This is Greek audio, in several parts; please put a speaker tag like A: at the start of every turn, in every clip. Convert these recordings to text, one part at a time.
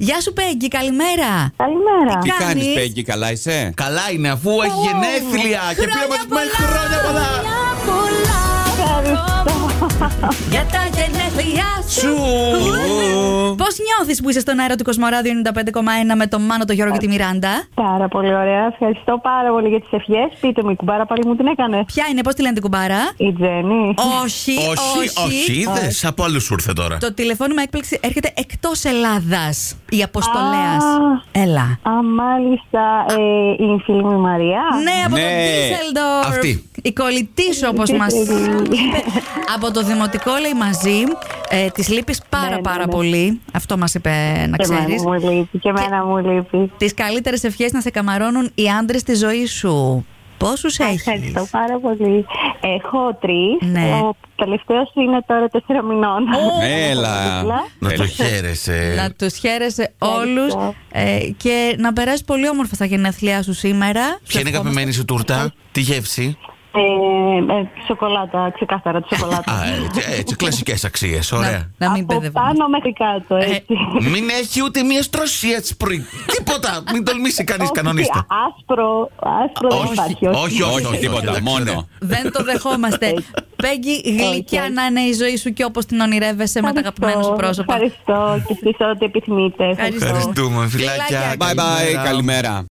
A: Γεια σου, Πέγγι, καλημέρα.
B: Καλημέρα.
A: Τι
C: Τι
A: κάνεις?
C: κάνεις, Πέγγι, καλά είσαι.
D: Καλά είναι αφού έχει γενέθλια και
A: Χρόνια
D: πήραμε τους μέχρι
A: πολλά!
D: χρόνια πολλά.
A: Για τα γενέθλιά σου. Πώς νιώθεις που είσαι στον αέρα του Κοσμοράδιο 95,1 με τον Μάνο, τον Γιώργο και τη Μιράντα.
B: Πάρα πολύ ωραία. Ευχαριστώ πάρα πολύ για τις ευχές. Πείτε μου, η κουμπάρα πάλι μου την έκανε.
A: Ποια είναι, πώς τη λένε την κουμπάρα.
B: Η Τζέννη.
A: όχι,
D: Όχι, όχι, είδες. Από άλλους ήρθε τώρα.
A: Το τηλεφώνημα έκπληξη έρχεται εκτός Ελλάδας. Η αποστολέας.
B: Α.
A: Έλα.
B: Α, μάλιστα, ε, είναι η φίλη μου η Μαρία.
A: Ναι, από τον
C: Ναι.
A: Ντίσελντορφ.
D: Αυτή.
A: Η κολλητής σου, όπως μας είπε. από το δημοτικό, λέει μαζί. Ε, της λείπεις πάρα
B: Ναι, ναι,
A: πάρα
B: ναι.
A: πολύ. Αυτό μας είπε να
B: Και εμένα
A: ξέρεις.
B: μου λείπει. Και εμένα μου λείπει.
A: Τις καλύτερες ευχές να σε καμαρώνουν οι άντρες στη ζωή σου. Πόσους έχεις.
B: Ευχαριστώ πάρα πολύ. Έχω τρεις.
A: Ναι.
B: Ο τελευταίος είναι τώρα τέσσερα μηνών.
C: Έλα.
D: Να το
C: Έλα.
A: Να
D: χαίρεσαι.
A: τους χαίρεσαι όλου και να περάσει πολύ όμορφα στα γενέθλιά σου σήμερα.
D: Ποια είναι η
A: Ευχόμαστε.
D: αγαπημένη σου τούρτα, τι γεύση.
B: Ε, ε, σοκολάτα, ξεκάθαρα τη σοκολάτα.
D: Α, ε. έτσι, έτσι κλασικές αξίες.
A: Να,
D: Ωραία.
A: να μην Ε,
B: Από
A: μπερδεύουμε.
B: πάνω μέχρι κάτω, έτσι.
D: Μην έχει ούτε μία στροσία τη πριν. Τίποτα. Μην τολμήσει κανείς,
B: Όχι,
D: κανονίστε.
B: α- Άσπρο, άσπρο δεν υπάρχει.
D: όχι,
C: Όχι, τίποτα,
D: εντάξει,
C: μόνο.
D: ωραία.
A: Δεν το δεχόμαστε. Πέγγι, γλυκιά
B: Όχι.
A: να είναι η ζωή σου και όπως την ονειρεύεσαι με τα αγαπημένα σου
B: Ευχαριστώ,
A: πρόσωπα.
B: Ευχαριστώ και εσείς ό,τι επιθυμείτε.
D: Ευχαριστούμε,
A: Φιλάκια.
D: φιλάκια.
C: Bye bye, καλημέρα.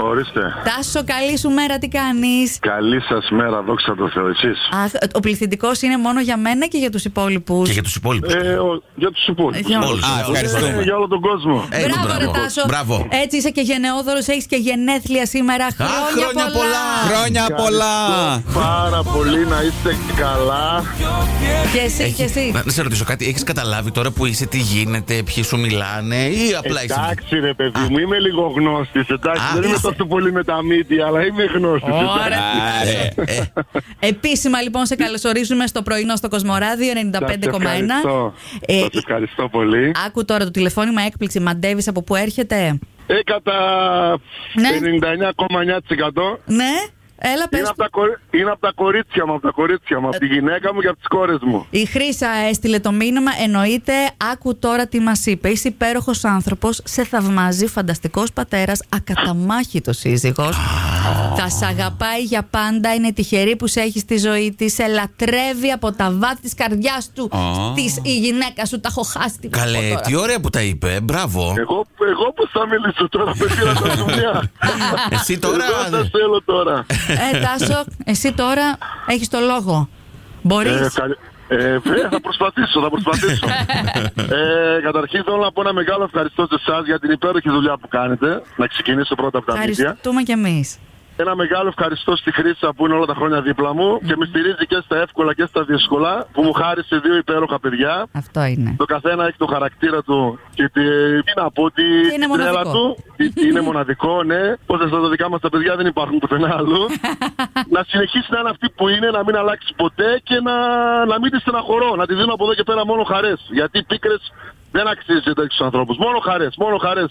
E: Ορίστε.
A: Τάσο, καλή σου μέρα, τι κάνεις.
E: Καλή σας μέρα, δόξα τω Θεώ, εσείς.
A: Αχ, ο πληθυντικός είναι μόνο για μένα και για τους υπόλοιπους.
D: Και για τους υπόλοιπους.
E: Ε, ο- για τους υπόλοιπους.
A: Για
D: όλους.
C: Α, ευχαριστούμε.
E: για όλο τον κόσμο.
D: Ε,
A: μπράβο,
D: μπράβο.
A: ρε Τάσο.
D: Μπράβο.
A: Έτσι είσαι και γενναιόδωρος, έχεις και γενέθλια σήμερα. Χρόνια,
D: χρόνια πολλά.
C: Χρόνια πολλά.
E: Πάρα πολύ να είστε καλά.
A: Και εσύ, και εσύ.
D: Να, να σε ρωτήσω κάτι, έχεις καταλάβει τώρα που είσαι, τι γίνεται, ποιοι σου μιλάνε ή απλά είσαι.
E: Εντάξει, ρε παιδί μου, είμαι λίγο γνώστης. Εντάξει,
D: Α,
E: δεν είμαι
D: είσαι.
E: τόσο πολύ με τα μύτια, αλλά είμαι γνώστης.
A: Ωραία.
C: Άρε.
D: Ε,
A: Επίσημα λοιπόν σε καλωσορίζουμε στο πρωινό στο Κοσμοράδιο 95,1. Ε,
E: Σας ευχαριστώ πολύ.
A: άκου τώρα το τηλεφώνημα έκπληξη. Μαντεύει από πού έρχεται.
E: Ε, κατά
A: Ναι.
E: 99,9%
A: Ναι, έλα πες.
E: είναι από, τα κορι- είναι από τα κορίτσια μου, από τα κορίτσια μου, από τη γυναίκα μου και από τις κόρες μου.
A: Η Χρύσα έστειλε το μήνυμα. Εννοείται, άκου τώρα τι μας είπε. Είσαι υπέροχος άνθρωπος, σε θαυμάζει, φανταστικός πατέρας, ακαταμάχητος σύζυγος. Θα σ' αγαπάει για πάντα. Είναι τυχερή που σε έχει στη ζωή της. Σε λατρεύει από τα βάθη της καρδιάς του.
C: Α.
A: Της, η γυναίκα σου τα έχω χάσει. τι να πω
D: Καλέ,
A: τώρα.
D: τι ωραία που τα είπε. ε, Μπράβο.
E: Εγώ, εγώ πώ θα μιλήσω τώρα, με πήρα τα δουλειά.
D: Εσύ τώρα.
E: Εγώ σας θέλω τώρα.
A: Ε, Τάσο, εσύ τώρα έχεις το λόγο. Μπορείς.
E: Ε, καλη- Ε, βέβαια, θα προσπαθήσω, θα προσπαθήσω. ε, καταρχήν θέλω να πω ένα μεγάλο ευχαριστώ σε εσάς για την υπέροχη δουλειά που κάνετε. Να ξεκινήσω πρώτα από τα μίντια.
A: Ευχαριστούμε κι εμείς.
E: Ένα μεγάλο ευχαριστώ στη Χρύσα που είναι όλα τα χρόνια δίπλα μου και με στηρίζει και στα εύκολα και στα δύσκολα που μου χάρισε δύο υπέροχα παιδιά.
A: Αυτό είναι.
E: Το καθένα έχει το χαρακτήρα του και τη, τι να πω, τη,
A: Είναι
E: την τρέλα
A: μοναδικό.
E: του. Τι- τι είναι μοναδικό, ναι. Όσα στα δικά μας τα παιδιά δεν υπάρχουν πουθενά αλλού. να συνεχίσει να είναι αυτή που είναι, να μην αλλάξει ποτέ και να, να μην τη στεναχωρώ. Να τη δίνω από εδώ και πέρα μόνο χαρές. Γιατί πίκρες δεν αξίζει για τέτοιου ανθρώπους. Μόνο χαρές, μόνο χαρές.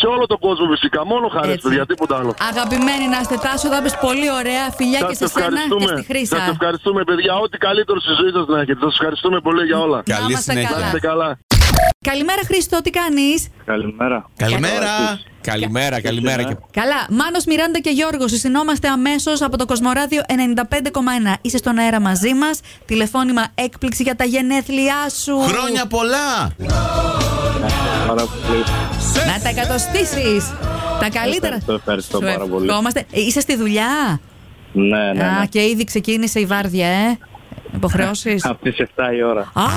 E: Σε όλο τον κόσμο φυσικά. Μόνο χαρές,
A: Έτσι.
E: παιδιά, τίποτα άλλο.
A: Αγαπημένοι να είστε Τάσο, θα πεις πολύ ωραία φιλιά και
E: Σας
A: σε σένα και στη Χρύσα.
E: Σας ευχαριστούμε, παιδιά. Ό,τι καλύτερο στη ζωή σας να έχετε. Σας ευχαριστούμε πολύ για όλα.
A: Να
C: Καλή
A: είμαστε
C: συνέχεια.
E: Να
A: καλά.
E: είστε καλά.
A: Καλημέρα Χρήστο, τι κάνεις?
E: Καλημέρα.
D: Καλημέρα.
C: Καλημέρα, καλημέρα. και-
A: Καλά, Μάνος, Μιράντα και Γιώργος, συνόμαστε αμέσως από το Κοσμοράδιο 95,1. Είσαι στον αέρα μαζί μας, τηλεφώνημα έκπληξη για τα γενέθλιά σου.
D: Χρόνια πολλά.
A: Να τα εκατοστήσεις. Τα καλύτερα.
F: Ευχαριστώ, ευχαριστώ
A: Σου
F: πάρα πολύ.
A: ευχόμαστε. Ε, Είσαι στη δουλειά.
F: Ναι, ναι. ναι.
A: Α, και ήδη ξεκίνησε η βάρδια, ε. Υποχρεώσεις.
F: Από τις 7 η ώρα.
A: Α,
D: Α,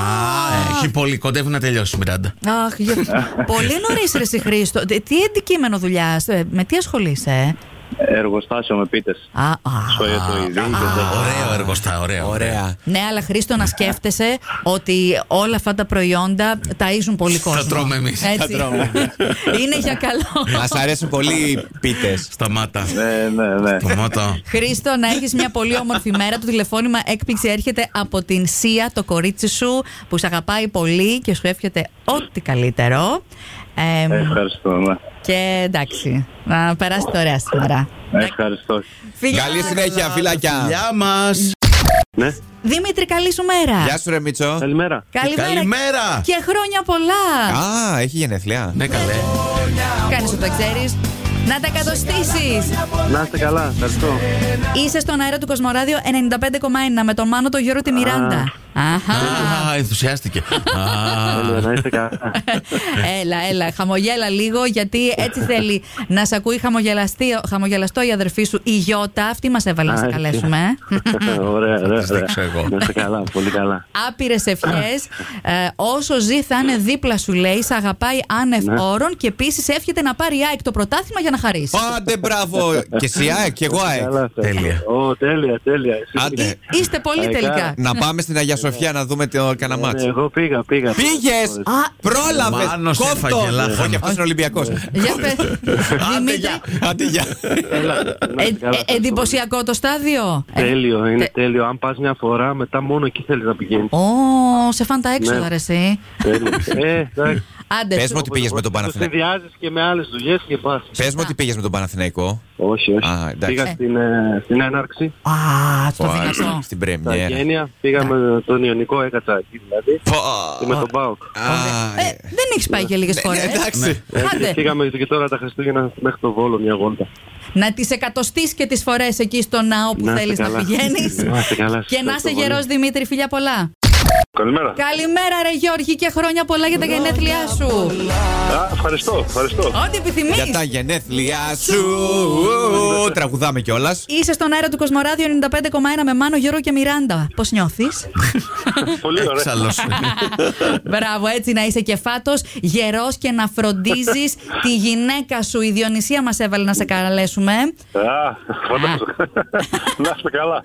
D: έχει πολύ. Κοντεύει να τελειώσει η Μιράντα.
A: Αχ, γι' αυτό. Πολύ νωρίς, ρε εσύ, Χρήστο. Τι- Τι αντικείμενο δουλειάς, με τι ασχολείσαι, ε?
F: Εργοστάσιο με πίτες.
A: Α, α.
F: Στο Ιωτοειδή.
D: Ωραίο εργοστά, ωραίο.
C: Ωραία.
A: Ναι, αλλά Χρήστο, να σκέφτεσαι ότι όλα αυτά τα προϊόντα ταΐζουν πολύ κόσμο.
D: τρώμε εμείς. Θα
A: Έτσι.
C: τρώμε.
A: Είναι για καλό.
C: Μας αρέσουν πολύ οι πίτες.
D: Σταμάτα.
F: Ναι, ναι, ναι.
D: Σταμάτα.
A: Χρήστο, να έχεις μια πολύ όμορφη μέρα. Το τηλεφώνημα έκπληξη έρχεται από την Σία, το κορίτσι σου, που σε αγαπάει πολύ και σου εύχεται ό,τι καλύτερο. Εμ,
F: Ευχαριστώ, ναι.
A: και εντάξει, να περάσει ωραία σήμερα.
F: Ευχαριστώ.
A: Φιλιά.
C: Καλή συνέχεια, φιλάκια.
D: Γεια μας.
F: Ναι,
A: Δημήτρη, καλή σου μέρα.
C: Γεια σου, ρε Μίτσο.
F: καλημέρα.
A: Καλημέρα.
D: Καλημέρα.
A: Και χρόνια πολλά.
C: Α, έχει γενεθλιά.
D: Ναι, καλέ.
A: Κάνεις ό,τι ξέρεις. Να τα κατοστήσεις.
F: Να είστε καλά, ευχαριστώ.
A: Είσαι στον αέρα του Κοσμοράδιο 95,1 με τον Μάνο, τον Γιώργο, τη Μιράντα. Αχα.
D: Α, ενθουσιάστηκε.
F: Έλα,
D: Α,
F: Να είστε καλά.
A: έλα, έλα, χαμογέλα λίγο γιατί έτσι θέλει να σε ακούει χαμογελαστή, χαμογελαστό η αδερφή σου, η Γιώτα. Αυτή μας έβαλε να σε
F: Α,
A: καλέσουμε. ε.
F: Ωραία, ωραία. ωραία.
D: δείξω εγώ.
F: Να είστε καλά, πολύ καλά.
A: Άπειρες ευχές. Ε, όσο ζει, θα είναι δίπλα σου, λέει. Σε αγαπάει άνευ
F: Ναι.
A: όρων και επίσης εύχεται να πάρει ΑΕΚ το πρωτάθλημα για να χαρίσει.
C: Άντε, μπράβο. Και εσύ, ΑΕΚ, και εγώ, ΑΕΚ.
F: Καλά, ευχαριστώ.
D: Τέλεια.
F: Ω, τέλεια, τέλεια. Εσύ
C: Ε, Άντε.
F: πήγες.
A: Είστε πολύ
F: Αϊκά.
A: τελικά.
C: Να πάμε στην Αγία Σοφιά να δούμε το κανένα
F: Ναι,
C: μάτς.
F: Εγώ πήγα, πήγα.
C: Πήγες!
A: Α.
C: Πρόλαβες!
D: Μάνος
C: Κόφτο!
D: έφαγε λάχανα.
C: Όχι, αυτός είναι Ολυμπιακό.
A: Για πες. Δημήτρη,
C: Άντε, γεια.
F: Έλα, να είστε
A: ε, ε,
F: καλά, ευχαριστώ.
A: εντυπωσιακό το στάδιο. Ε,
F: Τέλειο, είναι
A: τε-
F: τέλειο. Αν πας μια φορά, μετά μόνο εκεί θέλεις να πηγαίνεις.
A: Ω, σε φάντα έξοδα,
F: Ναι.
A: ρε εσύ.
F: ε, εντάξει.
A: Άντε.
C: Πες
A: σου.
C: μου ότι πήγες με τον Παναθηναϊκό.
F: Συνδυάζεις και με άλλες δουλειές και πας.
C: Πες μου ότι πήγες με τον Παναθηναϊκό.
F: Όχι, όχι.
C: Α, εντάξει.
F: πήγα στην, ε, στην έναρξη,
A: Α, στο
C: Ω,
A: δυνατό.
C: Στην
F: στα
C: Πρεμιέρα.
F: γένεια. Πήγα με τον Ιωνικό, έκατσα εκεί δηλαδή.
C: Πω.
F: Και με τον Πάοκ.
C: Α,
A: Ε, δεν έχεις πάει και λίγες φορές.
C: ε,
A: Ναι.
C: Εντάξει.
A: Άντε,
F: Πήγαμε και τώρα τα Χριστούγεννα μέχρι το Βόλο μια γόλτα.
A: να τις εκατοστείς και τις φορές εκεί στο ναό που
F: Να είστε
A: θέλεις να
F: καλά.
A: πηγαίνεις.
F: Να είστε καλά.
A: Και να είσαι
F: Ευχαριστώ πολύ.
A: γερός, Δημήτρη, φίλια πολλά.
E: Καλημέρα.
A: Καλημέρα, ρε Γιώργη, και χρόνια πολλά για τα γενέθλιά σου.
E: Α, ευχαριστώ, ευχαριστώ.
A: Ό,τι επιθυμείς.
C: Για τα γενέθλιά σου. Τραγουδάμε κιόλας.
A: Είσαι στον αέρα του Κοσμοράδιο 95,1 με Μάνο, Γιώργο και Μιράντα. Πώς νιώθεις.
E: Πολύ ωραία.
D: Ξαλός.
A: Μπράβο, έτσι να είσαι και φάτος, γερός και να φροντίζεις τη γυναίκα σου. Η Διονυσία μας έβαλε να σε καλέσουμε.
E: Α, φαντάζομαι. Να είστε καλά.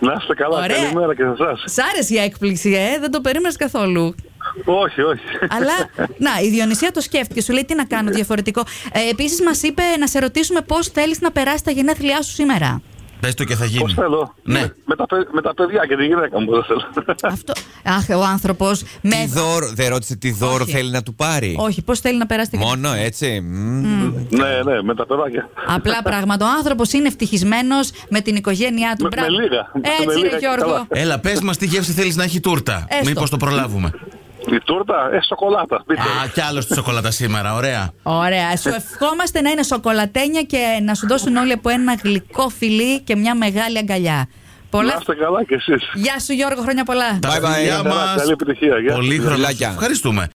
E: Να είστε καλά.
A: Ωραία.
E: Καλημέρα και σε εσάς.
A: Σ' άρεσε η έκπληξη, ε, δεν το περίμενες καθόλου.
E: Όχι, όχι.
A: Αλλά, να, η Διονυσία το σκέφτηκε. Σου λέει τι να κάνω διαφορετικό. Ε, Επίσης, μας είπε να σε ρωτήσουμε πώς θέλεις να περάσει τα γενέθλιά σου σήμερα.
D: Πες το και θα
E: Πώ
D: γίνει.
E: θέλω.
D: Ναι.
E: Με τα, παι- με τα παιδιά και τη γυναίκα μου, δεν θέλω.
A: Αυτό. Αχ, ο άνθρωπος.
C: Τι δώρο, δεν ρώτησε τι δώρο
A: Όχι.
C: θέλει να του πάρει.
A: Όχι, πώς θέλει να περάσει τα γενέθλιά
C: Μόνο έτσι. μμ.
E: Ναι, ναι, με τα παιδάκια.
A: Απλά πράγματα. Ο άνθρωπος είναι ευτυχισμένος με την οικογένειά του.
E: Με-
A: Μπράβο.
E: με λίγα. Με
A: Έτσι,
E: λίγα
A: ρε
E: και
A: Γιώργο.
E: καλά.
D: Έλα, πες μας τι γεύση θέλεις να έχει η τούρτα.
A: Έστω.
D: Μήπως το προλάβουμε.
E: Η τούρτα, ε, σοκολάτα. Πείτε.
D: Α, κι άλλος τη σοκολάτα σήμερα, ωραία.
A: Ωραία. Σου ευχόμαστε να είναι σοκολατένια και να σου δώσουν όλοι από ένα γλυκό φιλί και μια μεγάλη αγκαλιά.
E: Να
A: Πολλά.
E: είστε καλά κι εσείς.
A: Γεια σου, Γιώργο. Χρόνια πολλά.
D: Τα
C: Bye bye.
D: φιλιά
E: Καλά,
D: μας.
E: Καλή επιτυχία. Γεια.
D: Πολύ χρονιά.
C: Φιλάκια.
D: Ευχαριστούμε.